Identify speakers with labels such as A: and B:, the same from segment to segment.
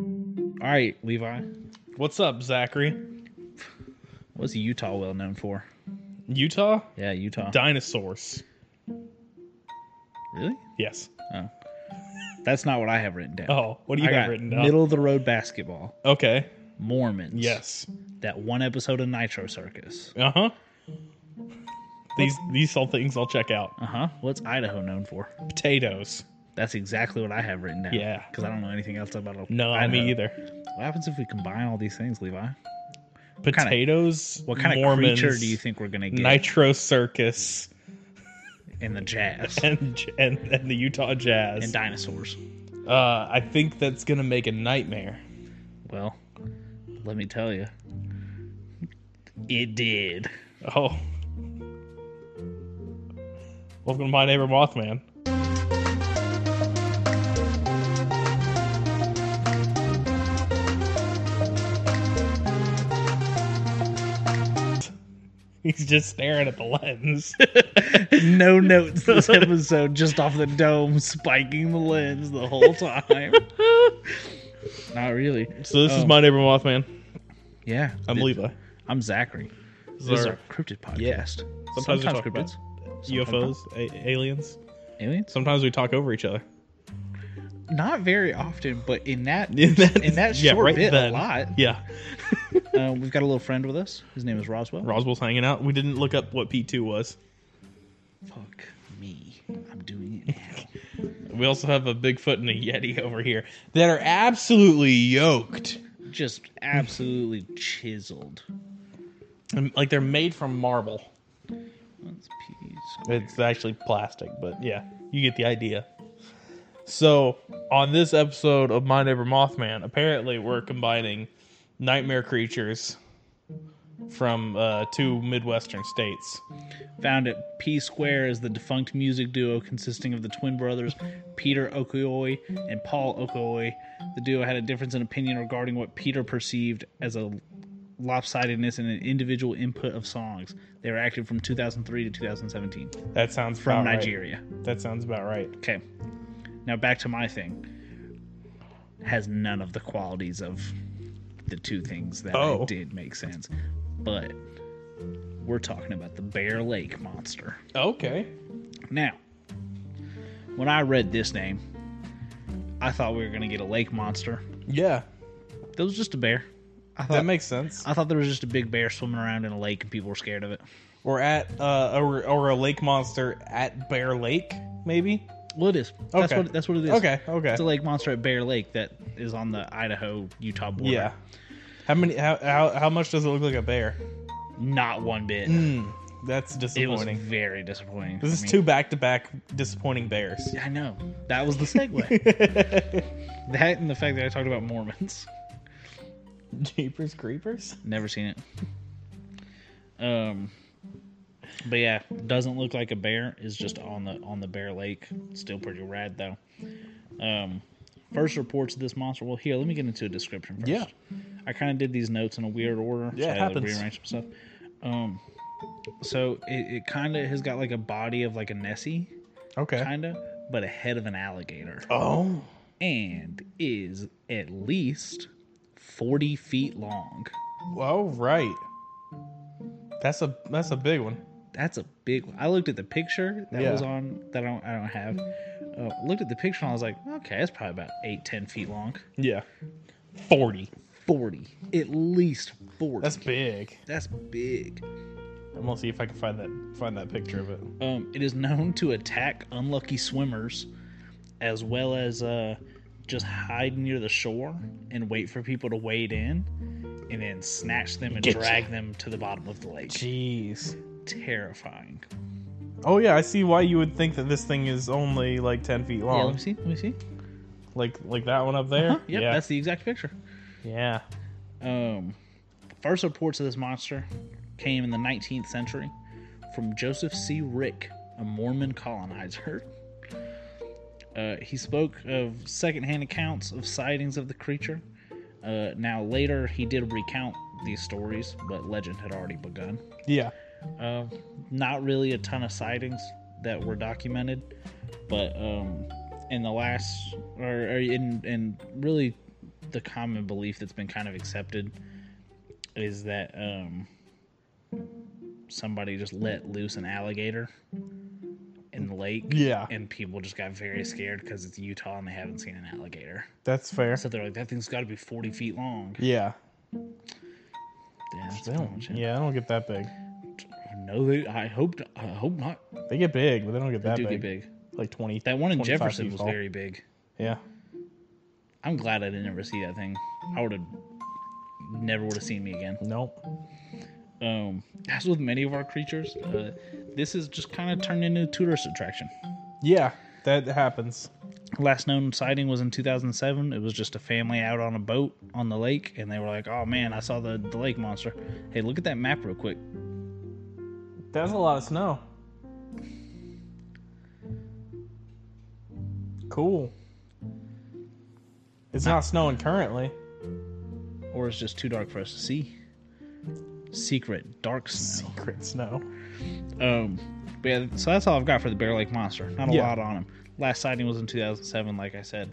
A: All right, Levi.
B: What's up, Zachary?
A: What's Utah well known for?
B: Utah?
A: Yeah, Utah.
B: Dinosaurs.
A: really?
B: Yes.
A: Oh. That's not what I have written down.
B: Oh, what do you
A: I
B: have
A: got
B: written down?
A: Middle of the road basketball.
B: Okay.
A: Mormons.
B: Yes.
A: That one episode of Nitro Circus.
B: Uh huh. These these all things I'll check out.
A: Uh huh. What's Idaho known for?
B: Potatoes.
A: That's exactly what I have written down.
B: Yeah.
A: Because I don't know anything else about
B: No,
A: Idaho.
B: me either.
A: What happens if we combine all these things, Levi? kinda-
B: Potatoes.
A: What kind of
B: Mormons,
A: creature do you think we're gonna get
B: Nitro Circus
A: in the jazz
B: and j- and, and the Utah
A: and
B: Jazz.
A: dinosaurs?
B: uh, I think that's gonna make a nightmare.
A: Well, let me tell you, it did.
B: Oh. Welcome to my neighbor Mothman. He's just staring at the lens.
A: No notes this episode, just off the dome, spiking the lens the whole time. Not really.
B: so this is
A: Oh.
B: my neighbor Mothman.
A: Yeah,
B: I'm
A: Th-
B: Levi.
A: I'm Zachary.
B: This
A: This
B: is
A: is
B: our
A: our cryptid podcast.
B: Yes. Sometimes we
A: Sometimes
B: talk about
A: cryptids.
B: UFOs, a- aliens.
A: aliens.
B: Sometimes we talk over each other.
A: Not very often, but in that
B: In that,
A: in that
B: yeah,
A: short
B: right
A: bit,
B: then.
A: a lot.
B: Yeah.
A: Uh, we've got a little friend with us. His name is Roswell.
B: Roswell's hanging out. We didn't look up what P2 was.
A: Fuck me. I'm doing it now.
B: We also have a Bigfoot and a Yeti over here that are absolutely yoked.
A: Just absolutely chiseled.
B: Um, Like they're made from marble.
A: Let's piece.
B: It's actually plastic, but yeah, you get the idea. So, on this episode of My Neighbor Mothman, apparently we're combining nightmare creatures from uh, two Midwestern states.
A: Found at P Square is the defunct music duo consisting of the twin brothers Peter Okoye and Paul Okoye. The duo had a difference in opinion regarding what Peter perceived as a lopsidedness in an individual input of songs. They were active from 2003 to 2017
B: That sounds
A: from
B: about right.
A: Nigeria.
B: That sounds about right.
A: Okay. Now back to my thing. Has none of the qualities of the two things that I
B: Oh.
A: did make sense. But we're talking about the Bear Lake monster.
B: Okay.
A: Now, when I read this name, I thought we were going to get a lake monster.
B: Yeah,
A: That was just a bear. I
B: that
A: thought,
B: makes sense.
A: I thought there was just a big bear swimming around in a lake and people were scared of it.
B: or at uh, or, or a lake monster at Bear Lake, maybe.
A: Well, it is. That's,
B: Okay.
A: what, that's what it is.
B: Okay, okay.
A: It's a lake monster at Bear Lake that is on the Idaho Utah border.
B: yeah. How many? How, how how much does it look like a bear?
A: Not one bit.
B: Hmm. that's
A: It was
B: disappointing.
A: very disappointing.
B: This
A: for
B: is
A: me.
B: two back to back disappointing bears.
A: I know. That was the segue. that and the fact that I talked about Mormons.
B: Jeepers creepers.
A: Never seen it. Um, but yeah, doesn't look like a bear. Is just on the on the Bear Lake. Still pretty rad though. Um, first reports of this monster. Well, here let me get into a description first.
B: Yeah.
A: I kind of did these notes in a weird order. so
B: Yeah, it
A: I had to
B: happens.
A: rearrange some stuff. Um, so it, it kind of has got like a body of like a Nessie.
B: Okay.
A: kinda, but a head of an alligator,
B: Oh.
A: and is at least forty feet long.
B: All right. That's a that's a big one.
A: That's a big. One. I looked at the picture that
B: Yeah.
A: was on that I don't I don't have. Uh, looked at the picture and I was like, okay, it's probably about eight ten feet long.
B: Yeah. Forty.
A: Forty, at least forty.
B: That's big.
A: That's big.
B: I'm gonna see if I can find that find that picture of it.
A: Um, it is known to attack unlucky swimmers, as well as uh, just hide near the shore and wait for people to wade in, and then snatch them and
B: Get
A: drag them to the bottom of the lake.
B: Jeez.
A: Terrifying.
B: Oh yeah, I see why you would think that this thing is only like ten feet
A: Yeah, let
B: long.
A: me see. Let me see.
B: Like like that one up there.
A: Huh? Yep,
B: yeah.
A: that's the exact picture.
B: yeah.
A: Um, first reports of this monster came in the 19th century from Joseph C. Rick, a Mormon colonizer. Uh, he spoke of secondhand accounts of sightings of the creature. Uh, now, later, he did recount these stories, but legend had already begun.
B: Yeah.
A: Uh, not really a ton of sightings that were documented, but um, in the last, or, or in, in really the common belief that's been kind of accepted is that um, somebody just let loose an alligator in the lake.
B: Yeah.
A: And people just got very scared because it's Utah and they haven't seen an alligator.
B: That's fair.
A: So they're like, that thing's got to be 40 feet long.
B: Yeah.
A: Yeah, that's
B: They
A: pretty
B: don't-
A: much it.
B: yeah, they don't get that big.
A: No, they, I hope I hope not.
B: They get big, but they don't get
A: They
B: that
A: do
B: big.
A: get big.
B: Like 20.
A: That one in
B: 25
A: Jefferson
B: feet
A: was
B: tall.
A: very big.
B: Yeah.
A: I'm glad I didn't ever see that thing. I would have never would have seen me again.
B: Nope.
A: Um, as with many of our creatures, uh, this is just kind of turned into a tourist attraction.
B: Yeah, that happens.
A: Last known sighting was in 2007. It was just a family out on a boat on the lake, and they were like, "Oh man, I saw the the lake monster." Hey, look at that map real quick.
B: That's a lot of snow. Cool. It's not snowing currently.
A: Or it's just too dark for us to see. Secret dark snow.
B: Secret snow.
A: Um, but yeah, so that's all I've got for the Bear Lake Monster. Not a
B: Yeah.
A: lot on him. Last sighting was in 2007, like I said.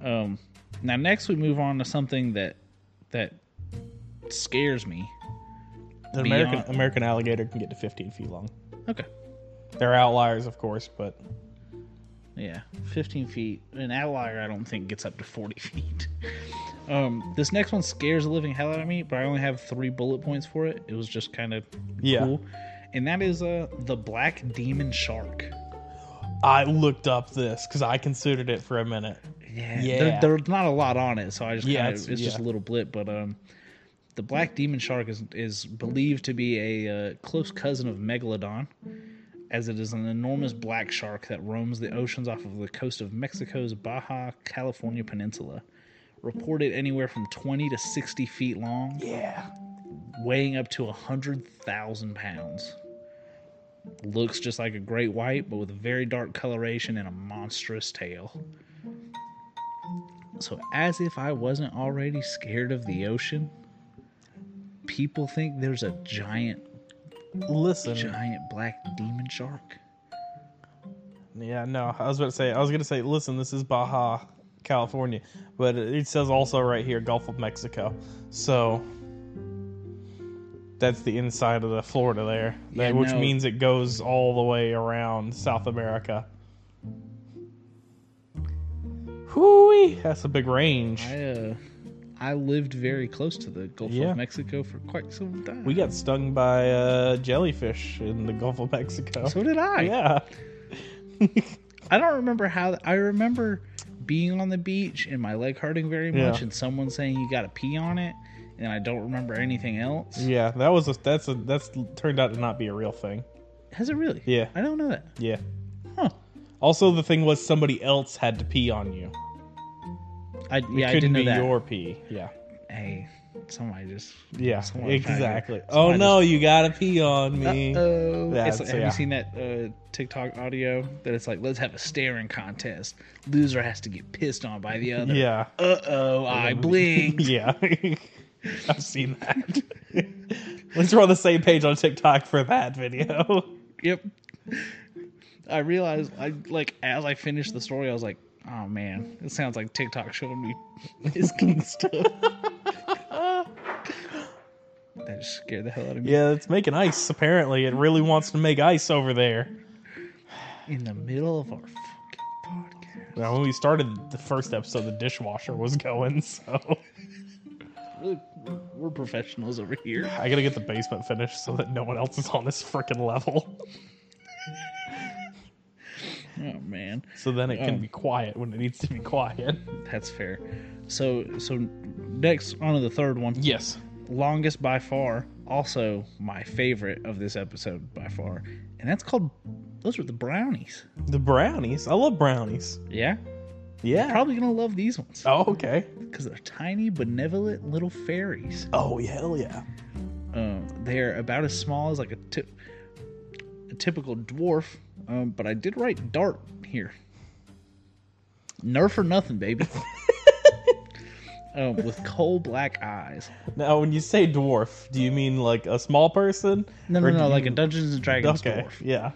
A: Um, now next we move on to something that that scares me.
B: The
A: Beyond-
B: American American alligator can get to 15 feet long.
A: Okay,
B: They're outliers, of course, but
A: yeah, 15 feet. An outlier, I don't think gets up to 40 feet. Um, this next one scares the living hell out of me, but I only have three bullet points for it. It was just kind of
B: yeah.
A: cool, and that is uh the black demon shark.
B: I looked up this because I considered it for a minute.
A: Yeah,
B: Yeah.
A: There, there's not a lot on it, so I just
B: Yeah,
A: kind of
B: it's-
A: it's, just a
B: yeah.
A: little blip. But um, the black demon shark is is believed to be a uh, close cousin of megalodon, as it is an enormous black shark that roams the oceans off of the coast of Mexico's Baja California peninsula. Reported anywhere from 20 to 60 feet long,
B: Yeah.
A: weighing up to 100,000 pounds. Looks just like a great white, but with very dark coloration and a monstrous tail. So, as if I wasn't already scared of the ocean, people think there's a giant,
B: Listen.
A: giant black demon shark.
B: Yeah, no, I was about to say, I was going to say, listen, this is Baja, California, but it says also right here, Gulf of Mexico. So that's the inside of the Florida there,
A: Yeah,
B: that- which
A: no.
B: means it goes all the way around South America. Hooey! That's a big range.
A: I, uh, I lived very close to the Gulf
B: Yeah.
A: of Mexico for quite some time.
B: We got stung by a jellyfish in the Gulf of Mexico.
A: so did I.
B: Yeah.
A: I don't remember how. I remember being on the beach and my leg hurting very
B: Yeah.
A: much, and someone saying you got to pee on it, and I don't remember anything else.
B: Yeah, that was a that's a that's turned out to not be a real thing.
A: Has it really?
B: Yeah.
A: I don't know that.
B: Yeah.
A: Huh.
B: Also, the thing was somebody else had to pee on you.
A: I yeah, I
B: Couldn't
A: didn't know
B: be
A: that.
B: your pee. Yeah.
A: Hey, somebody just.
B: Yeah.
A: Someone
B: exactly.
A: tried to-
B: Oh
A: someone
B: no, you gotta pee on me.
A: Oh, it's
B: That's-
A: like, have
B: yeah.
A: you seen that uh, TikTok audio that it's like, let's have a staring contest. Loser has to get pissed on by the other.
B: yeah.
A: Uh oh, I blinked.
B: Yeah. I've seen that. At least we're on the same page on TikTok for that video.
A: Yep. I realized I like as I finished the story, I was like, oh man, it sounds like TikTok showing me his king stuff. that just scared the hell out of me.
B: yeah, it's making ice. Apparently, it really wants to make ice over there.
A: In the middle of our fucking
B: Now, when we started the first episode, the dishwasher was going, so
A: podcast. Look, we're, we're professionals over here.
B: I gotta get the basement finished so that no one else is on this frickin' level.
A: Oh man.
B: So then it can
A: Oh.
B: be quiet when it needs to be quiet.
A: That's fair. So so next on to the third one.
B: Yes.
A: Longest by far, also my favorite of this episode by far. And that's called those were the brownies.
B: The brownies. I love brownies.
A: Yeah?
B: Yeah.
A: probably gonna love these ones
B: oh, okay.
A: because they're tiny, benevolent little fairies.
B: Oh, hell yeah.
A: Uh, they're about as small as like a, ty- a typical dwarf, um, but I did write dart here. Nerf or nothing, baby. um, with coal black eyes.
B: Now, when you say dwarf, do you mean like a small person?
A: No, no,
B: Or do
A: no,
B: you-
A: like a Dungeons and Dragons
B: Okay.
A: dwarf.
B: Yeah.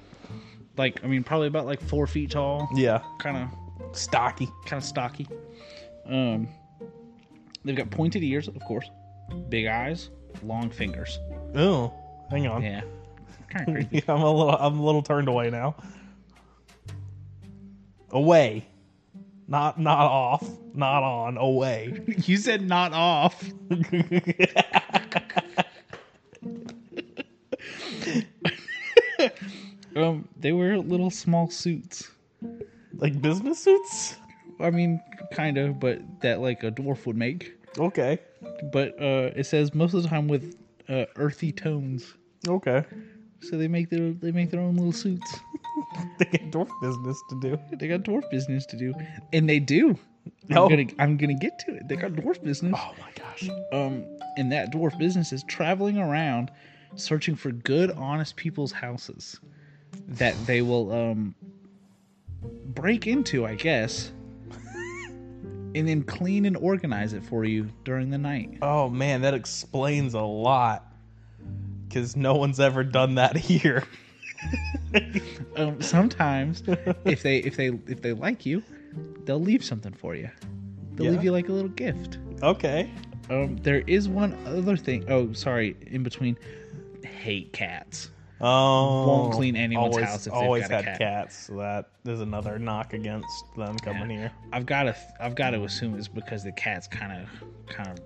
A: Like, I mean, probably about like four feet tall,
B: Yeah.
A: kind of
B: Stocky.
A: kind of stocky. Um, They've got pointed ears, of course, big eyes, long fingers.
B: Oh, hang on.
A: Yeah, kind of creepy.
B: I'm a little I'm a little turned away now. Away. Not not off, not on, away.
A: you said not off. Um, they wear little small suits.
B: like business suits?
A: I mean, kind of, but that like a dwarf would make.
B: Okay.
A: But uh, it says most of the time with uh, earthy tones,
B: Okay.
A: so they make their they make their own little suits.
B: They get dwarf business to do.
A: They got dwarf business to do, and they do.
B: Oh.
A: I'm gonna I'm gonna get to it. They got dwarf business.
B: Oh my gosh.
A: Um, and that dwarf business is traveling around, searching for good, honest people's houses that they will um break into, I guess, and then clean and organize it for you during the night.
B: Oh man, that explains a lot. Cause no one's ever done that here.
A: Um, sometimes, if they if they if they like you, they'll leave something for you. They'll
B: Yeah.
A: leave you like a little gift.
B: Okay.
A: Um, there is one other thing. Oh, sorry. In between, hate cats.
B: Oh,
A: Won't clean anyone's
B: always,
A: house if they've
B: always
A: got a
B: had
A: cat.
B: cats. So that is another knock against them coming here.
A: I've got to. I've got to assume it's because the cats kind of, kind of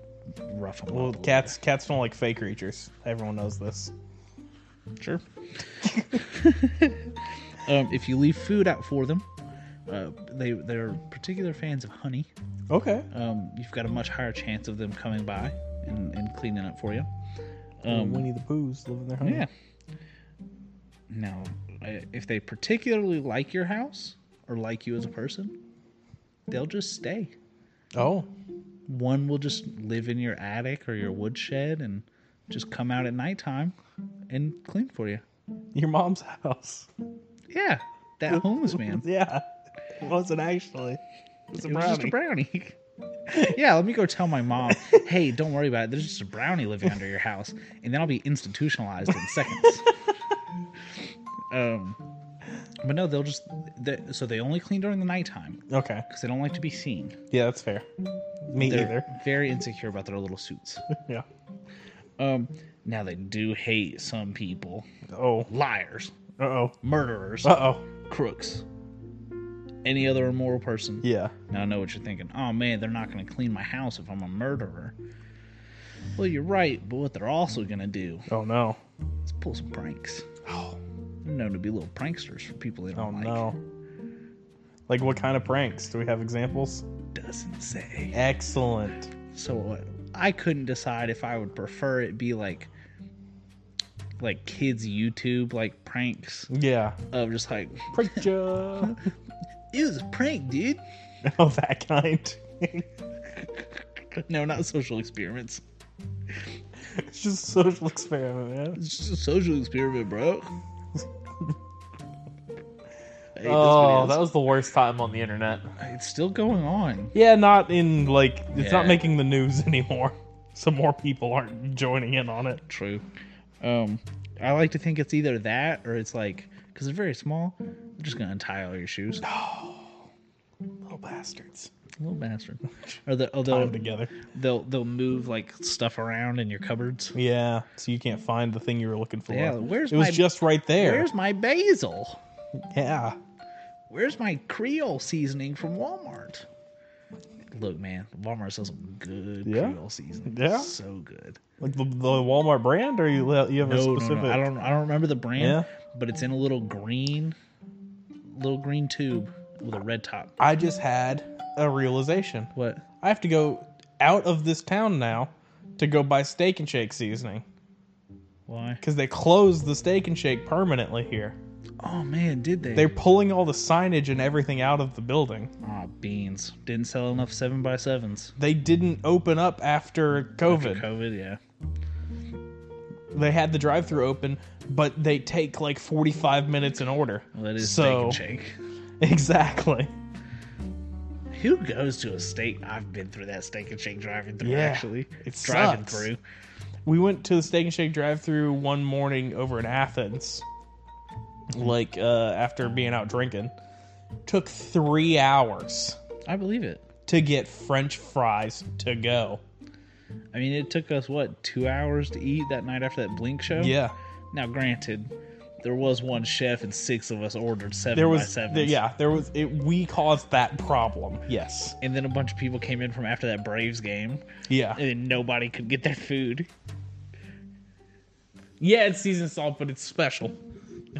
A: rough them
B: Well,
A: up. a
B: cats cats don't like fake creatures. Everyone knows this.
A: little. Sure. um, if you leave food out for them, uh, they they're particular fans of honey.
B: Okay.
A: Um, you've got a much higher chance of them coming by and, and cleaning up for you.
B: Um, Winnie the Pooh's living their honey.
A: Yeah. Now, uh, if they particularly like your house or like you as a person, they'll just stay.
B: Oh,
A: One will just live in your attic or your woodshed and just come out at nighttime and clean for you.
B: your mom's house.
A: Yeah, that homeless man.
B: Yeah. It wasn't actually. It was a
A: It was just a
B: brownie.
A: brownie. yeah, let me go tell my mom, hey, don't worry about it. There's just a brownie living under your house, and then I'll be institutionalized in seconds. um, but no, they'll just they, so they only clean during the nighttime
B: okay.
A: because they don't like to be seen.
B: Yeah, that's fair. Me
A: They're
B: either.
A: very insecure about their little suits.
B: Yeah.
A: Um, now they do hate some people,
B: Oh.
A: liars,
B: Uh oh.
A: murderers,
B: Uh oh.
A: crooks, any other immoral person.
B: Yeah.
A: Now I know what you're thinking. Oh man, they're not going to clean my house if I'm a murderer. Well, you're right, but what they're also going to do
B: Oh no.
A: is pull some pranks.
B: Oh.
A: They're known to be little pranksters for people they
B: Oh
A: don't like.
B: no. Like what kind of pranks? Do we have examples?
A: Doesn't say.
B: Excellent.
A: So uh, I couldn't decide if I would prefer it be like like kids YouTube like pranks
B: Yeah.
A: of just like
B: Prank job.
A: it was a prank, dude.
B: Oh, that kind.
A: no, not social experiments.
B: it's just a social experiment, man.
A: It's just a social experiment, bro. I hate those
B: Oh,
A: videos. Uh,
B: that was the worst time on the internet.
A: It's still going on.
B: Yeah, not in like it's not
A: Yeah.
B: making the news anymore. So more people aren't joining in on it.
A: True. Um, I like to think it's either that or it's like because they're very small. They're just gonna untie all your shoes,
B: Little bastards.
A: little bastard. Or the, or
B: Put
A: they'll,
B: them together.
A: they'll they'll move like stuff around in your cupboards.
B: Yeah, so you can't find the thing you were looking for.
A: Yeah, where's
B: it was
A: my-
B: just right there.
A: Where's my basil?
B: yeah.
A: Where's my Creole seasoning from Walmart? Look, man, Walmart sells some good
B: Yeah.
A: Creole seasoning.
B: Yeah.
A: so good.
B: Like the, the Walmart brand or you you have a
A: No, no,
B: specific
A: no, I don't. I don't remember the brand,
B: Yeah.
A: but it's in a little green, little green tube with a red top.
B: I just had a realization.
A: What?
B: I have to go out of this town now to go buy steak and shake seasoning
A: Why?
B: cuz they closed the steak and shake permanently here.
A: Oh man, did they?
B: They're pulling all the signage and everything out of the building.
A: Aw, beans. Didn't sell enough seven by sevens.
B: They didn't open up after COVID.
A: COVID, yeah.
B: They had the drive-through open, but they take like 45 minutes in order.
A: Well, that is
B: so
A: steak and shake.
B: exactly.
A: Who goes to a steak? I've been through that steak and shake driving through.
B: Yeah,
A: actually,
B: it
A: driving
B: sucks.
A: through.
B: we went to the steak and shake drive-through one morning over in athens like uh, after being out drinking took three hours
A: I believe it.
B: to get French fries to go.
A: I mean, it took us what two hours to eat that night after that Blink show.
B: Yeah,
A: Now, granted, there was one chef and six of us ordered seven
B: there
A: by
B: was
A: sevens.
B: there, yeah there was it, we caused that problem. Yes.
A: And then a bunch of people came in from after that Braves game,
B: Yeah.
A: and then nobody could get their food.
B: Yeah, it's season salt, but it's special.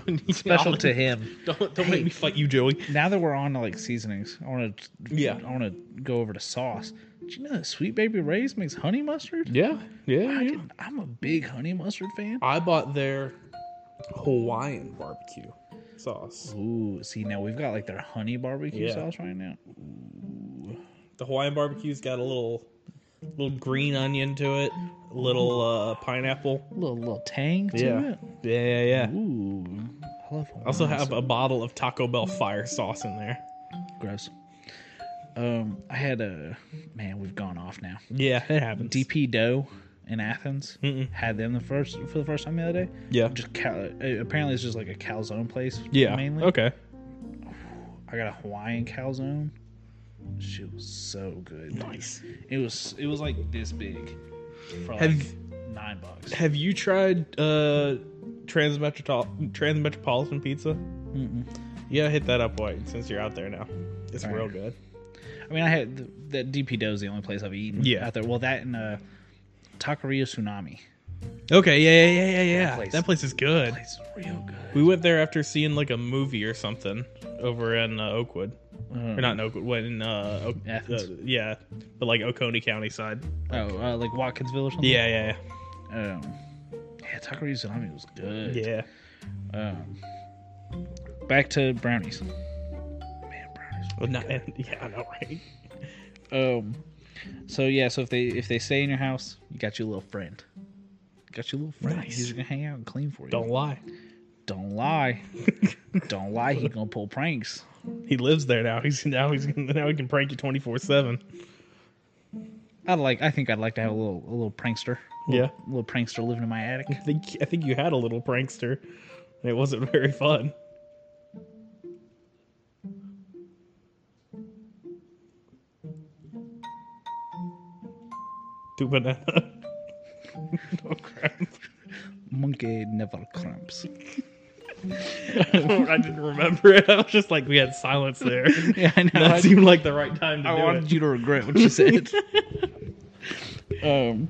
A: Special to him.
B: Don't don't make me fight you, Joey.
A: Now that we're on to like seasonings, I want to
B: Yeah.
A: I want to go over to sauce. Do you know that Sweet Baby Ray's makes honey mustard?
B: Yeah, yeah,
A: I can- I'm a big honey mustard fan.
B: I bought their Hawaiian barbecue sauce.
A: Ooh, see now we've got like their honey barbecue
B: Yeah.
A: sauce right now.
B: The Hawaiian barbecue's got a little little green onion to it, a little uh, pineapple.
A: A little little tang to it.
B: yeah, yeah, yeah.
A: Ooh, I love.
B: I also
A: Hawaiian
B: have a bottle of Taco Bell fire sauce in there.
A: Gross. Um, I had a man. We've gone off now.
B: Yeah, it happens.
A: DP Dough in Athens had them the first for the first time the other day.
B: Yeah.
A: Just cal- uh, apparently it's just like a calzone place.
B: Yeah.
A: mainly.
B: Okay.
A: I got a Hawaiian calzone. She was so good. dude.
B: Nice.
A: It was it was like this big for like
B: Have-
A: nine bucks.
B: Have you tried uh Transmetropol- Transmetropolitan Pizza? Mm-mm. You gotta hit that up, White, since you're out there now. It's real good.
A: I mean, I had th- that DP Dough is the only place I've eaten.
B: Yeah.
A: Out there. Well, that and uh, Taqueria Tsunami.
B: Okay, yeah, yeah, yeah, yeah, yeah. That
A: That
B: place,
A: place-
B: is good.
A: It's real good.
B: We went there after seeing like a movie or something over in uh, Oakwood, or not in Oakwood, when in uh, Oak-
A: Athens.
B: uh, yeah, but like Oconee County side.
A: Oh, uh, like Watkinsville or something.
B: Yeah, yeah,
A: Um, yeah, Taqueria Tsunami was
B: yeah.
A: good.
B: yeah.
A: Um, back to brownies. Man, brownies.
B: Well, not, and, yeah, I know, right?
A: Um, so yeah, so if they if they stay in your house, you got your little friend. Got your little friend.
B: Nice.
A: He's gonna hang out and clean for you.
B: Don't lie.
A: don't lie. don't lie. He gonna pull pranks.
B: He lives there now. He's now he's now he can prank you twenty four seven.
A: I'd like. I think I'd like to have a little a little prankster.
B: Yeah,
A: A little prankster living in my attic.
B: I think I think you had a little prankster. and It wasn't very fun. Do banana. oh crap!
A: Monkey never cramps.
B: I didn't remember it. I was just like, we had silence there.
A: Yeah, I know.
B: That
A: I-
B: seemed like the right time to
A: I
B: do
A: wanted
B: it.
A: you to regret what you said. um.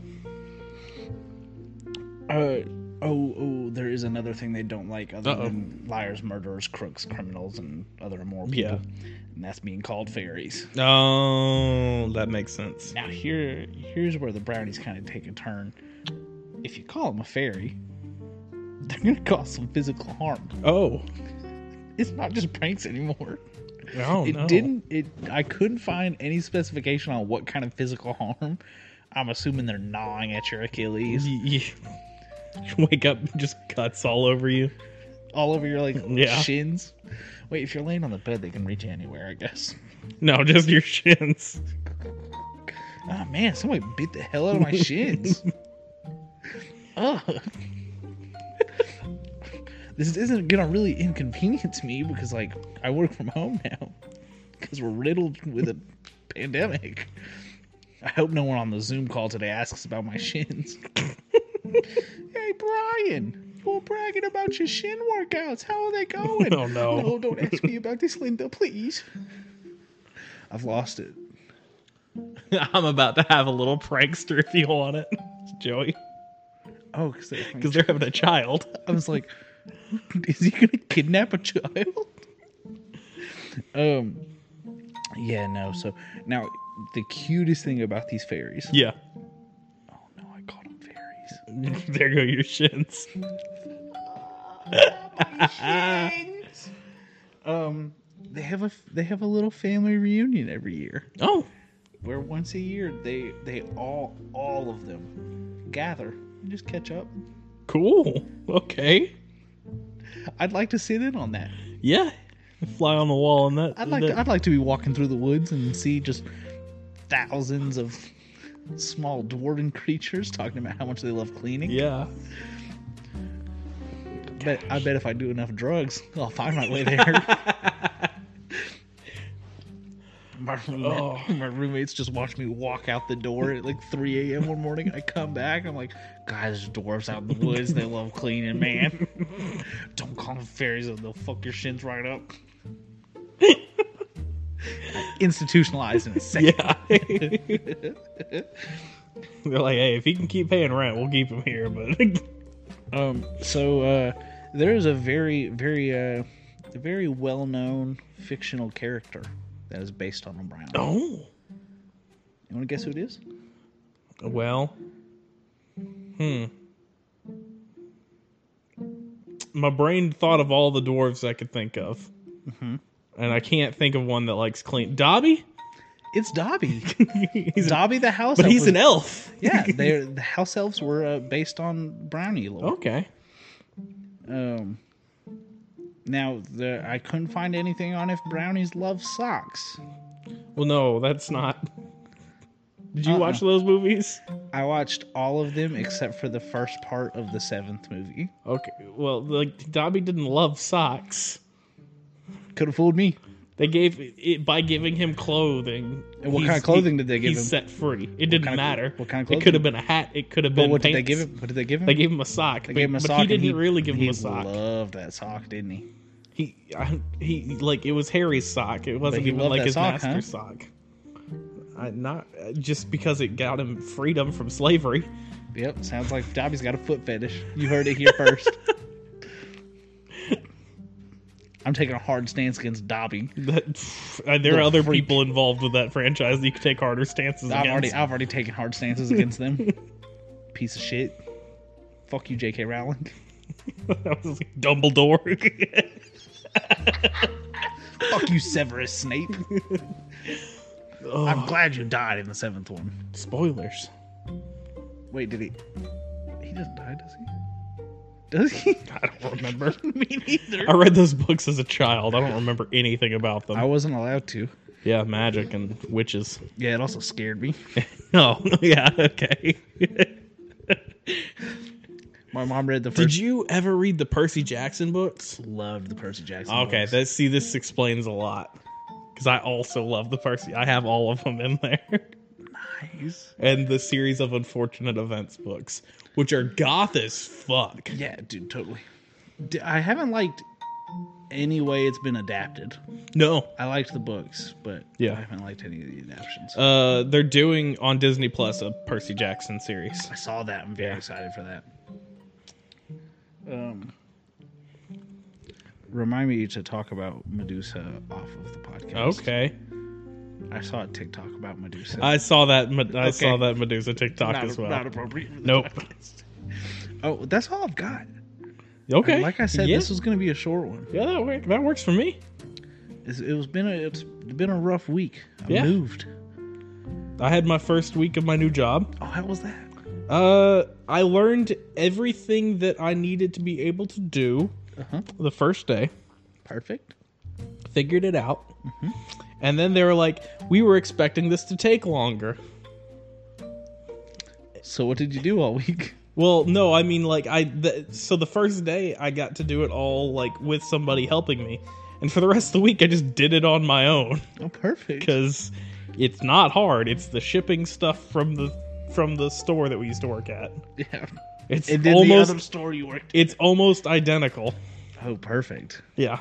A: Uh. Oh, oh, there is another thing they don't like other
B: Uh-oh.
A: than liars, murderers, crooks, criminals, and other immoral people.
B: Yeah.
A: And that's being called fairies.
B: Oh, that makes sense.
A: Now, here, here's where the brownies kind of take a turn. If you call them a fairy, they're going to cause some physical harm.
B: Oh,
A: It's not just pranks anymore.
B: no,
A: it
B: Oh, no.
A: didn't it i couldn't find any specification on what kind of physical harm i'm assuming they're gnawing at your achilles
B: You, you you wake up, just cuts all over you.
A: all over your like
B: Yeah.
A: shins wait if you're laying on the bed they can reach you anywhere i guess
B: No, just your shins.
A: oh man somebody bit the hell out of my shins Ugh. this isn't gonna really inconvenience me because like i work from home now because we're riddled with a pandemic i hope no one on the zoom call today asks about my shins hey brian you were bragging about your shin workouts how are they going
B: Oh, no.
A: no don't ask me about this linda please i've lost it
B: I'm about to have a little prankster if you want it, Joey,
A: oh because
B: because they're having a child.
A: I was like, is he gonna kidnap a child? Um, yeah, no. So now the cutest thing about these fairies.
B: Yeah,
A: Oh no, I called them fairies.
B: there go your shins.
A: Um, they have a they have a little family reunion every year,
B: Oh,
A: where once a year they they all all of them gather and just catch up.
B: cool. Okay.
A: I'd like to sit in on that.
B: Yeah. Fly on the wall and that.
A: I'd like to, I'd like to be walking through the woods and see just thousands of small dwarven creatures talking about how much they love cleaning.
B: yeah.
A: But I bet if I do enough drugs, I'll find my way there. My roommate,
B: Oh.
A: my roommates just watched me walk out the door at like 3 a.m. one morning. I come back, I'm like, guys, dwarves out in the woods. They love cleaning, man. Don't call them fairies, or they'll fuck your shins right up. Institutionalized in a second.
B: Yeah. They're like, hey, if he can keep paying rent, we'll keep him here. But
A: Um, so uh, there is a very, very, uh, a very well-known fictional character that is based on O'Brien. You
B: oh,
A: want to guess who it is?
B: well, hmm. My brain thought of all the dwarves I could think of,
A: Mm-hmm.
B: and I can't think of one that likes clean. Dobby,
A: It's Dobby.
B: he's a-
A: Dobby the house.
B: but
A: elf
B: he's
A: was-
B: an elf.
A: yeah. They the house elves were uh, based on Brownie lore.
B: Okay.
A: Um, now the I couldn't find anything on if brownies love socks.
B: Well, no, that's not. Did you
A: Uh-uh.
B: watch those movies?
A: I watched all of them except for the first part of the seventh movie.
B: Okay. Well, like Dobby didn't love socks.
A: Could have fooled me.
B: They gave it by giving him clothing.
A: And what
B: he's-
A: kind of clothing did they give
B: he's
A: him?
B: set free. It didn't
A: kind of-
B: matter.
A: what kind of
B: It
A: clothing?
B: could have been a hat. It could have
A: But
B: been.
A: what did they
B: pants.
A: give him? What did they give him?
B: They gave him a sock.
A: They
B: but,
A: gave him a
B: but
A: sock.
B: he
A: and
B: didn't really give him
A: he
B: a sock.
A: Loved that sock, didn't he?
B: He I, he like it was Harry's sock. It wasn't
A: he
B: even
A: loved
B: like
A: that
B: his
A: sock, huh?
B: master's sock. I, not uh, just because it got him freedom from slavery.
A: Yep. Sounds like Dobby's got a foot fetish. You heard it here first. I'm taking a hard stance against Dobby.
B: That uh, there are
A: Little
B: other
A: freak.
B: people involved with that franchise. that You could take harder stances
A: I've already
B: against.
A: I've already taken hard stances against them. Piece of shit. Fuck you, J.K. Rowling.
B: That was like Dumbledore.
A: Fuck you, Severus Snape. I'm
B: Ugh,
A: glad you died in the seventh one.
B: spoilers.
A: Wait, did he? He doesn't die, does he? Does he?
B: I don't remember.
A: Me neither.
B: I read those books as a child. I don't remember anything about them.
A: I wasn't allowed to.
B: yeah, magic and witches.
A: Yeah, it also scared me.
B: No, yeah, okay.
A: My mom read the first.
B: Did you ever read the Percy Jackson books?
A: loved the Percy Jackson.
B: Okay,
A: books.
B: that see this explains a lot. Cuz I also love the Percy. I have all of them in there.
A: nice.
B: And the series of unfortunate events books, which are goth as fuck.
A: Yeah, dude, totally. D- I haven't liked any way it's been adapted.
B: No.
A: I liked the books, but
B: Yeah.
A: I haven't liked any of the adaptations.
B: Uh they're doing on Disney Plus a Percy Jackson series.
A: I saw that. I'm very
B: yeah.
A: excited for that. Um, remind me to talk about Medusa off of the podcast.
B: Okay.
A: I saw a TikTok about Medusa.
B: I saw that I saw
A: Okay.
B: that Medusa TikTok
A: not,
B: as well.
A: not appropriate. for the
B: Nope.
A: podcast. Oh, that's all I've got.
B: Okay.
A: Like I said,
B: yeah.
A: this was going to be a short one.
B: yeah, that works. That works for me.
A: It's, it was been a it's been a rough week. I
B: Yeah.
A: moved.
B: I had my first week of my new job.
A: Oh, how was that?
B: Uh, I learned everything that I needed to be able to do
A: Uh-huh.
B: the first day.
A: Perfect.
B: Figured it out,
A: Mm-hmm.
B: and then they were like, "We were expecting this to take longer."
A: So what did you do all week?
B: Well, no, I mean like I. The, so the first day I got to do it all like with somebody helping me, and for the rest of the week I just did it on my own.
A: Oh, perfect.
B: because it's not hard. It's the shipping stuff from the from the store that we used to work at.
A: Yeah.
B: It's
A: And then
B: almost
A: the other store you worked.
B: it's almost identical.
A: Oh, perfect.
B: Yeah,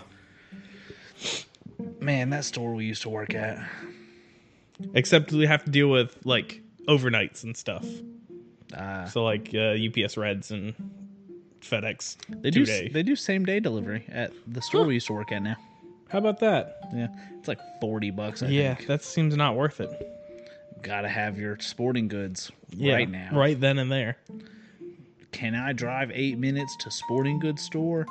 A: Man, that store we used to work at.
B: except we have to deal with like overnights and stuff.
A: Uh,
B: So like uh, UPS Reds and FedEx
A: they
B: two
A: do
B: day.
A: they do same day delivery at the store
B: Huh.
A: we used to work at now.
B: How about that?
A: Yeah, it's like forty bucks. I
B: Yeah,
A: think.
B: that seems not worth it.
A: gotta have your sporting goods
B: Yeah,
A: right now.
B: right then and there.
A: Can I drive eight minutes to sporting goods store?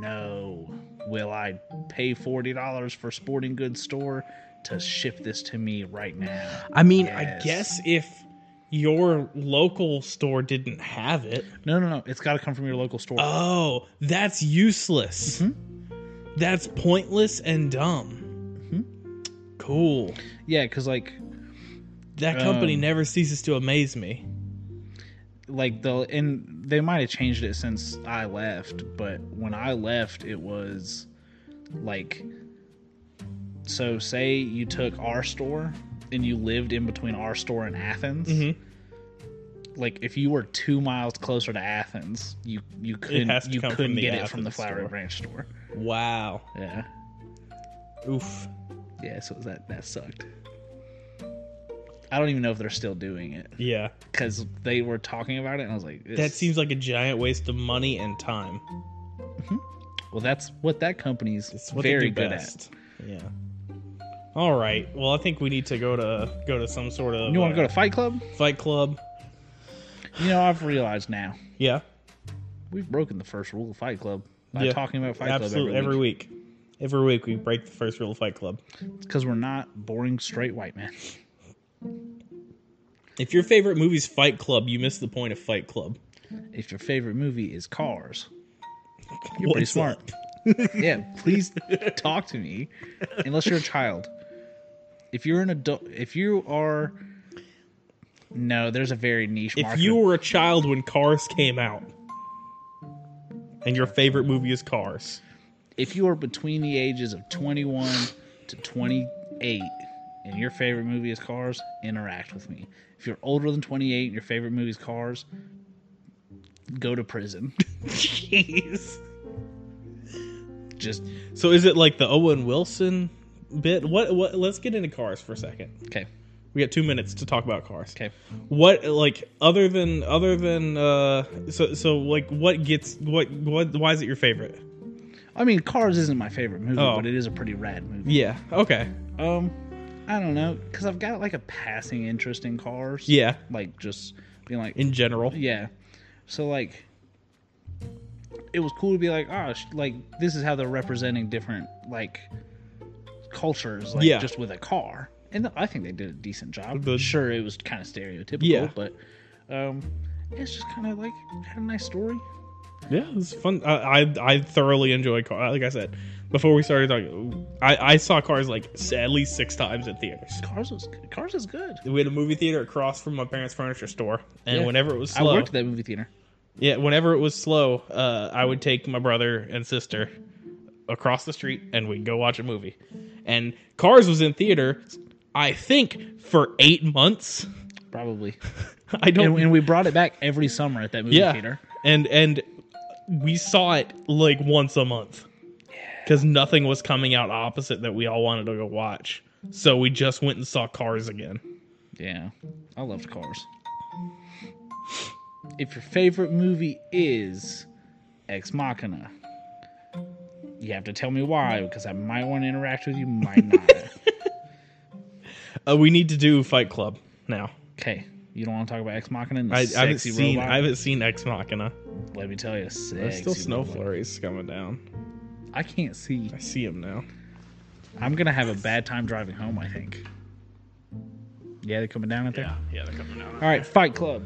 A: No. Will I pay forty dollars for sporting goods store to ship this to me right now?
B: I mean,
A: Yes.
B: I guess if your local store didn't have it,
A: No, no, no. It's got to come from your local store.
B: Oh, that's useless. That's pointless and dumb. Mm-hmm. Cool.
A: yeah, because like,
B: That company
A: Um,
B: never ceases to amaze me.
A: like the and they might have changed it since I left, but when I left, it was like So, say you took our store and you lived in between our store and Athens.
B: Mhm.
A: Like, if you were two miles closer to Athens, you you couldn't
B: has to
A: you
B: come from
A: couldn't
B: the
A: get it from the
B: Athens
A: Flowery
B: store.
A: Branch store.
B: Wow.
A: Yeah,
B: Oof.
A: yeah. So that that sucked. I don't even know if they're still doing it
B: Yeah.
A: because they were talking about it, and I was like,
B: That
A: it's-
B: seems like a giant waste of money and time.
A: Well, that's what that company's
B: It's what
A: very
B: they do
A: good
B: best. Yeah. All right. Well, I think we need to go to go to some sort of
A: at. You want
B: uh,
A: to go to Fight Club?
B: Fight Club.
A: You know, I've realized now
B: Yeah.
A: we've broken the first rule of Fight Club by
B: Yeah.
A: talking about Fight
B: Absolutely.
A: Club every,
B: Every
A: week
B: week. Every week we break the first rule of Fight Club.
A: because we're not boring straight white men.
B: If your favorite movie's Fight Club, you miss the point of Fight Club.
A: If your favorite movie is Cars, you're pretty
B: What's
A: smart.
B: up?
A: yeah, please talk to me. Unless you're a child, if you're an adult, if you are, no, there's a very niche.
B: If
A: market.
B: you were a child when Cars came out, and your favorite movie is Cars,
A: if you are between the ages of 21 to 28 and your favorite movie is Cars, interact with me. If you're older than 28 and your favorite movie is Cars, go to prison.
B: jeez.
A: Just
B: So is it like the Owen Wilson bit? What? What? Let's get into Cars for a second.
A: okay,
B: We got two minutes to talk about Cars.
A: okay.
B: What like other than other than uh so so like what gets what what why is it your favorite?
A: I mean, Cars isn't my favorite movie,
B: Oh.
A: but it is a pretty rad movie.
B: Yeah. Okay.
A: Um, I don't know, cause I've got like a passing interest in Cars.
B: Yeah.
A: like just being like,
B: In general.
A: Yeah. So like it was cool to be like, oh, sh- like this is how they're representing different like cultures like
B: Yeah.
A: just with a car. And I think they did a decent job.
B: The-
A: sure, it was kind of stereotypical,
B: Yeah.
A: but um it's just kind of like had a nice story.
B: Yeah, it's fun. I I, I thoroughly enjoy Cars. Like I said before, we started talking. I, I saw Cars like s- at least six times in theaters.
A: Cars was Cars is good.
B: We had a movie theater across from my parents' furniture store, and
A: Yeah.
B: whenever it was
A: I
B: slow,
A: worked at that movie theater.
B: yeah, whenever it was slow, uh, I would take my brother and sister across the street, and we'd go watch a movie. And Cars was in theater, I think, for eight months.
A: Probably,
B: I don't
A: and, and we brought it back every summer at that movie
B: yeah.
A: theater.
B: And and we saw it like once a month. Because nothing was coming out opposite that we all wanted to go watch. So we just went and saw Cars again.
A: Yeah, I loved Cars. If your favorite movie is Ex Machina, you have to tell me why because I might want to interact with you, might not.
B: Uh, we need to do Fight Club now.
A: okay, you don't want to talk about Ex Machina and the
B: I, I haven't
A: sexy
B: seen
A: robot.
B: I haven't seen Ex Machina.
A: Let me tell you, sexy
B: There's still snow
A: robot.
B: flurries coming down.
A: I can't see.
B: I see him now.
A: I'm gonna have a bad time driving home. I think. Yeah, they're coming down out there.
B: yeah, they're coming down.
A: All right, Fight Club.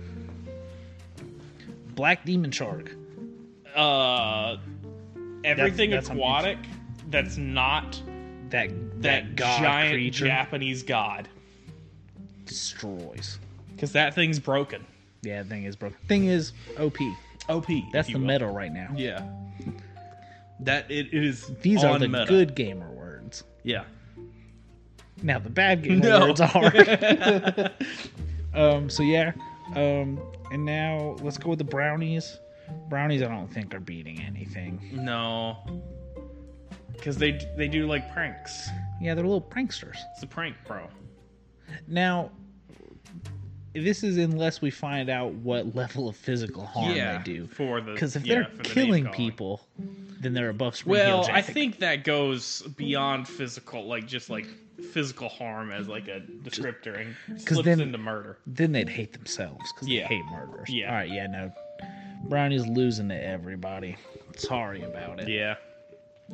A: Black Demon Shark.
B: Uh, everything
A: that's- that's-
B: aquatic that's not
A: That
B: that,
A: that, god
B: giant
A: creature
B: Japanese god,
A: destroys.
B: because that thing's broken.
A: Yeah, thing is broken. Thing is OP.
B: OP.
A: That's
B: if you
A: the
B: will.
A: metal right now.
B: Yeah. That it, it is.
A: These are
B: on
A: the
B: meta.
A: good gamer words.
B: Yeah.
A: Now the bad gamer
B: No.
A: words are. um. So yeah. Um. And now let's go with the brownies. Brownies, I don't think are beating anything.
B: No. Because they they do like pranks.
A: Yeah, they're little pranksters.
B: It's a prank, bro.
A: Now, this is unless we find out what level of physical harm they do.
B: For the
A: Because if
B: yeah,
A: they're
B: for the name
A: killing
B: calling.
A: people, then they're above Springfield
B: Well, I
A: Jack.
B: think that goes beyond physical, like just like physical harm as like a descriptor and slips
A: then-
B: into murder.
A: then they'd hate themselves because
B: Yeah.
A: they hate murderers.
B: Yeah.
A: All right. Yeah. No. Brownie's losing to everybody. Sorry about it.
B: Yeah.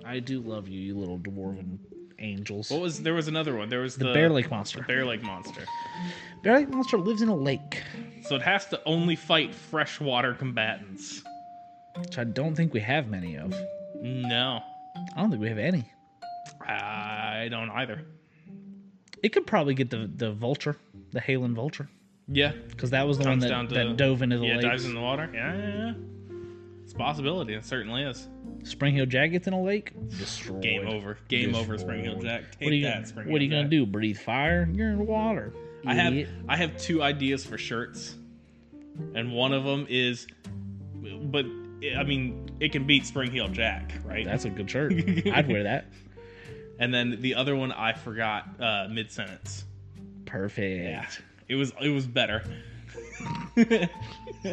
A: I do love you, you little dwarven angels.
B: What was there was another one? There was uh, the,
A: the Bear Lake Monster.
B: Bear Lake monster.
A: Bear Lake Monster lives in a lake,
B: So it has to only fight freshwater combatants.
A: which I don't think we have many of.
B: No,
A: I don't think we have any.
B: I don't either.
A: It could probably get the the vulture, the Halen vulture,
B: Yeah,
A: because that was the
B: Comes
A: one
B: down
A: that,
B: to-
A: that dove into the
B: yeah,
A: lake.
B: dives in the water. Yeah, yeah, yeah. It's a possibility. It certainly is.
A: Spring Hill Jackets in a lake? Destroyed.
B: Game over. Game over, Spring Hill
A: Destroyed.
B: Jack. Take
A: what are you,
B: that, Spring
A: what are you
B: Hill
A: gonna
B: Jack.
A: do? Breathe fire? You're in water.
B: I have
A: idiot.
B: I have two ideas for shirts, and one of them is, but I mean, it can beat Spring Heel Jack, right?
A: That's a good shirt. I'd wear that.
B: and then the other one I forgot uh, mid sentence.
A: Perfect.
B: it was it was better.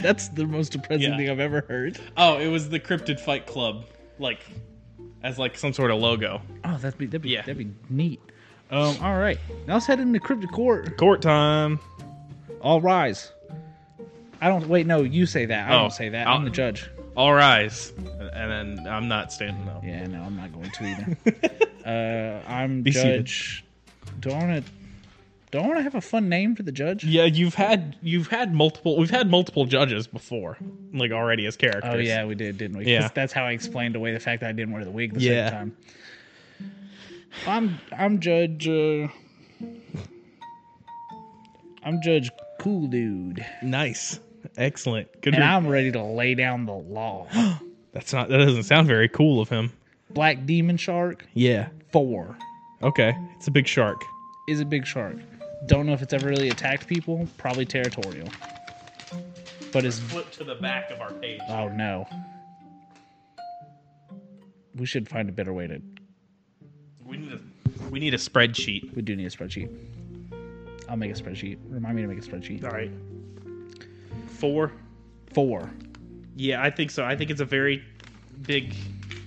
A: That's the most depressing
B: Yeah.
A: thing I've ever heard.
B: oh, it was the Cryptid Fight Club, like as like some sort of logo.
A: Oh, that'd be that'd be
B: Yeah.
A: that'd be neat. Um, all right, now let's head into cryptic court.
B: Court time.
A: All rise. I don't wait. No, you say that. I
B: Oh,
A: don't say that.
B: I'll-
A: I'm the judge.
B: All rise, and then I'm not standing up.
A: Yeah, no, I'm not going to either. uh, I'm
B: Be seated.
A: judge. Do I want to? Do I want to have a fun name for the judge?
B: Yeah, you've had you've had multiple we've had multiple judges before, like already as characters.
A: Oh yeah, we did, didn't we? 'Cause
B: Yeah.
A: that's how I explained away the fact that I didn't wear the wig the
B: Yeah.
A: second time. I'm I'm Judge. Uh, I'm Judge Cool Dude,
B: Nice. Excellent. Good.
A: and
B: re-
A: I'm ready to lay down the law.
B: That's not that doesn't sound very cool of him.
A: Black Demon Shark
B: Yeah.
A: Four
B: Okay. It's a big shark.
A: is a big shark. Don't know if it's ever really attacked people. Probably territorial, but it's
B: Flip to the back of our page.
A: oh no. We should find a better way to
B: We need a we need a spreadsheet.
A: We do need a spreadsheet. I'll make a spreadsheet. Remind me to make a spreadsheet.
B: All right. Four.
A: Four.
B: Yeah, I think so. I think it's a very big.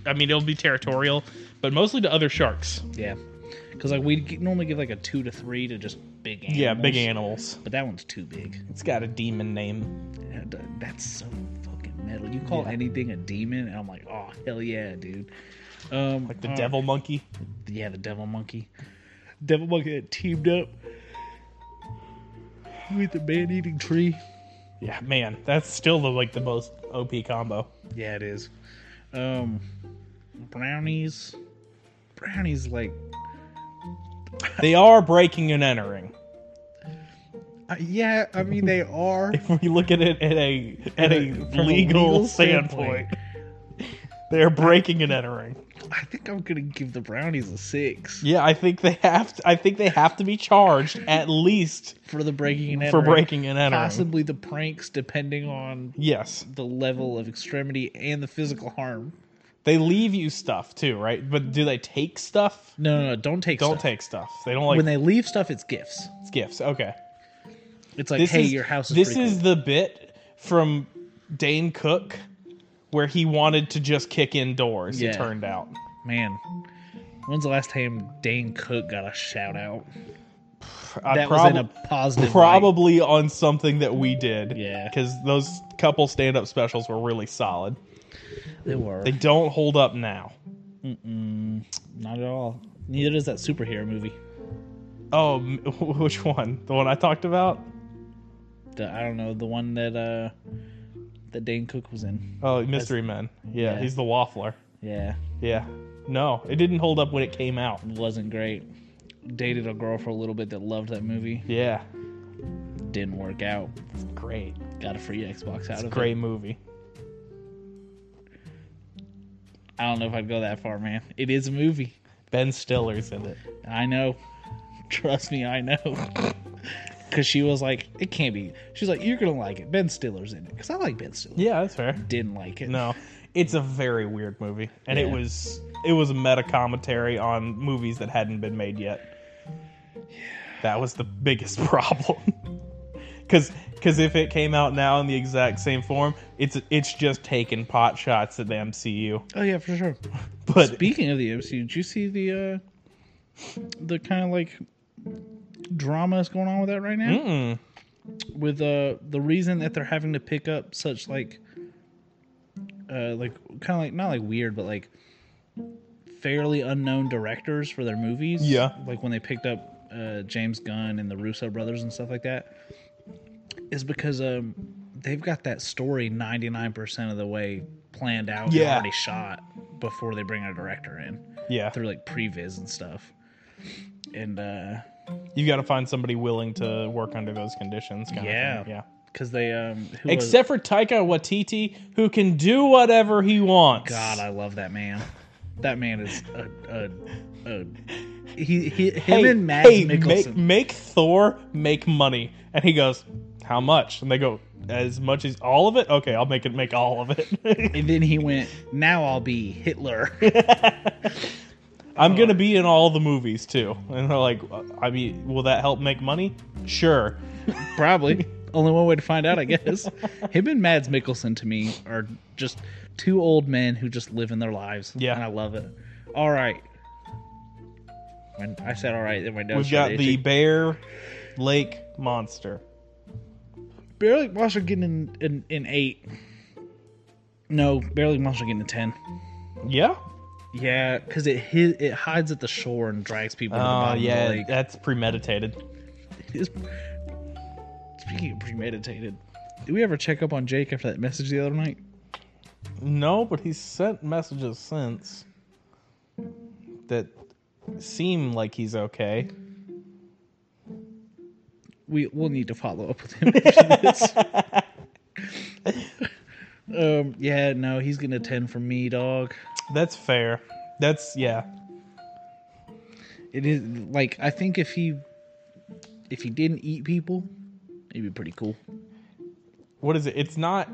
B: I mean, it'll be territorial, but mostly to other sharks.
A: Yeah. Because like we normally give like a two to three to just big animals.
B: animals.
A: But that one's too big.
B: It's got a demon name.
A: Yeah, d- That's so fucking metal. You call
B: Yeah.
A: anything a demon, and I'm like, oh hell yeah, dude. Um,
B: Like the
A: all right.
B: devil monkey.
A: Yeah, the devil monkey. Devil monkey that teamed up with the man-eating tree.
B: Yeah, man, that's still the like the most OP combo.
A: Yeah, it is. Um, brownies. Brownies like
B: They are breaking and entering.
A: Uh, yeah, I mean they are
B: If we look at it at a at a
A: From
B: legal, standpoint, they are breaking and entering.
A: I think I'm gonna give the brownies a six
B: Yeah, I think they have. To, I think they have to be charged at least
A: for the breaking and
B: for
A: entering,
B: breaking and entering.
A: possibly the pranks, depending on
B: Yes,
A: the level of extremity and the physical harm.
B: they leave you stuff too, right? But do they take stuff?
A: No, no, no don't take
B: Don't
A: stuff.
B: take stuff. They don't like
A: when they leave stuff. It's gifts.
B: it's gifts. Okay,
A: It's like, hey, your house is
B: this
A: pretty
B: is
A: cool.
B: the bit from Dane Cook where he wanted to just kick in doors.
A: Yeah.
B: It turned out
A: man. When's the last time Dane Cook got a shout out?
B: I
A: That
B: prob-
A: was in a positive. light.
B: probably on something that we did.
A: Yeah.
B: because those couple stand-up specials were really solid.
A: They were
B: They don't hold up now.
A: not at all. Neither does that superhero movie.
B: Oh, m- which one? The one I talked about?
A: the I don't know the one that uh that Dane Cook was in.
B: Oh, Mystery Men. Yeah,
A: yeah.
B: he's the waffler.
A: Yeah,
B: Yeah. No, it didn't hold up when it came out.
A: wasn't great. Dated a girl for a little bit that loved that movie.
B: Yeah.
A: Didn't work out.
B: Great.
A: Got a free Xbox out
B: It's a
A: of
B: great
A: it.
B: movie.
A: I don't know if I'd go that far, man. It is a movie.
B: Ben Stiller's in it.
A: I know. Trust me, I know. Cause she was like, it can't be. She's like, you're gonna like it. Ben Stiller's in it. Cause I like Ben Stiller.
B: Yeah, that's fair.
A: Didn't like it.
B: No, it's a very weird movie, and it
A: Yeah.
B: was it was a meta commentary on movies that hadn't been made yet. That was the biggest problem. Because if it came out now in the exact same form, it's it's just taking pot shots at the MCU.
A: Oh yeah, for sure.
B: But
A: Speaking of the MCU, did you see the uh the kind of like drama that's going on with that right now?
B: mm,
A: with uh the reason that they're having to pick up such like uh like kind of like not like weird but like fairly unknown directors for their movies
B: Yeah.
A: like when they picked up uh james gunn and the russo brothers and stuff like that is because um they've got that story 99% of the way planned out and
B: Yeah.
A: already shot before they bring a director in
B: yeah,
A: through like previs and stuff and uh
B: you got to find somebody willing to work under those conditions. Kind
A: Yeah.
B: of thing. yeah.
A: because they um who was-
B: Except for Taika Waititi, who can do whatever he wants.
A: God, I love that man. That man is a, a, a he, he him
B: hey,
A: and Mads
B: hey,
A: Mikkelsen.
B: Make, make Thor make money. And he goes, How much? And they go, As much as all of it? Okay, I'll make it make all of it.
A: and then he went, "Now I'll be Hitler."
B: I'm going to be in all the movies too. And they're like, I mean, will that help make money? Sure.
A: Probably. Only one way to find out, I guess. Him and Mads Mikkelsen to me are just two old men who just live in their lives.
B: Yeah.
A: and I love it. All right. When I said all right, then my nose
B: We've got
A: started
B: the
A: itching.
B: Bear Lake Monster.
A: Barely Monster getting an, an, an eight. No, Barely Monster getting a ten.
B: Yeah?
A: Yeah, because it hi- it hides at the shore and drags people to the
B: Oh,
A: bottom of the
B: yeah.
A: lake.
B: That's premeditated.
A: It's- Speaking of premeditated, did we ever check up on Jake after that message the other night?
B: No, but he's sent messages since that seem like he's okay.
A: We will need to follow up with him after this. um, yeah, no, he's gonna ten from me, dog.
B: That's fair. That's yeah.
A: It is like I think if he if he didn't eat people, it'd be pretty cool.
B: What is it? It's not.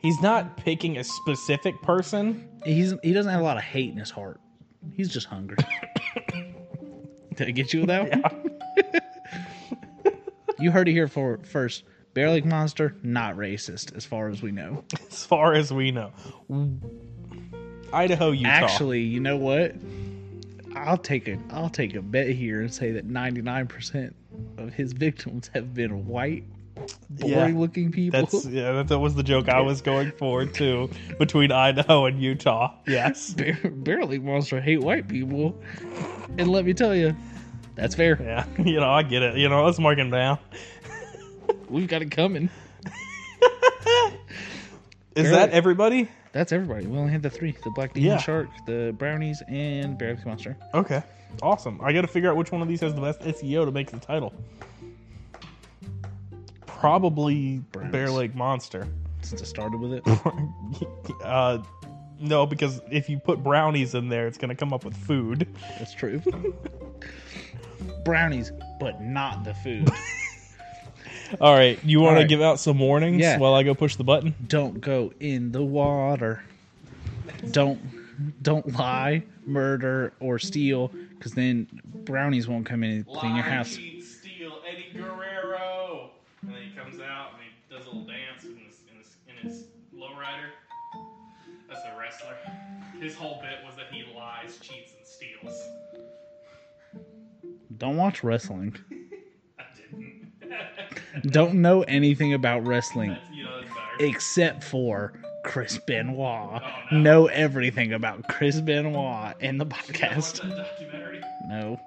B: He's not picking a specific person.
A: He's he doesn't have a lot of hate in his heart. He's just hungry. Did I get you with that one? you heard it here for first. Bear Lake Monster, not racist, as far as we know.
B: As far as we know, Idaho, Utah.
A: Actually, you know what? I'll take a I'll take a bet here and say that ninety nine percent of his victims have been white,
B: Yeah.
A: boring looking people.
B: that's yeah. That, that was the joke I was going for too. Between Idaho and Utah. Yes.
A: Bear, Bear Lake Monster hate white people, and let me tell you, that's fair.
B: Yeah. You know, I get it. You know, let's mark him down.
A: We've got it coming.
B: Is
A: Barely-
B: that everybody?
A: That's everybody. We only had the three: the black demon
B: Yeah.
A: shark, the brownies, and Bear Lake Monster.
B: Okay. Awesome. I got to figure out which one of these has the best SEO to make the title. Probably Bear
A: Browns.
B: Lake Monster.
A: Since I started with it,
B: uh, no, because if you put brownies in there, it's going to come up with food.
A: that's true. brownies, but not the food.
B: All right. You want
A: right.
B: to give out some warnings
A: Yeah.
B: while I go push the button?
A: Don't go in the water. Don't don't lie, murder, or steal, because then brownies won't come in and clean your house.
B: steal Eddie Guerrero. And then he comes out and he does a little dance in his, in his, in his lowrider. That's a wrestler. His whole bit was that he lies, cheats, and steals.
A: Don't watch wrestling.
B: I didn't.
A: Don't know anything about wrestling
B: you know, that's better.
A: except for Chris Benoit. Know everything about Chris Benoit in the podcast.
B: that documentary?
A: No.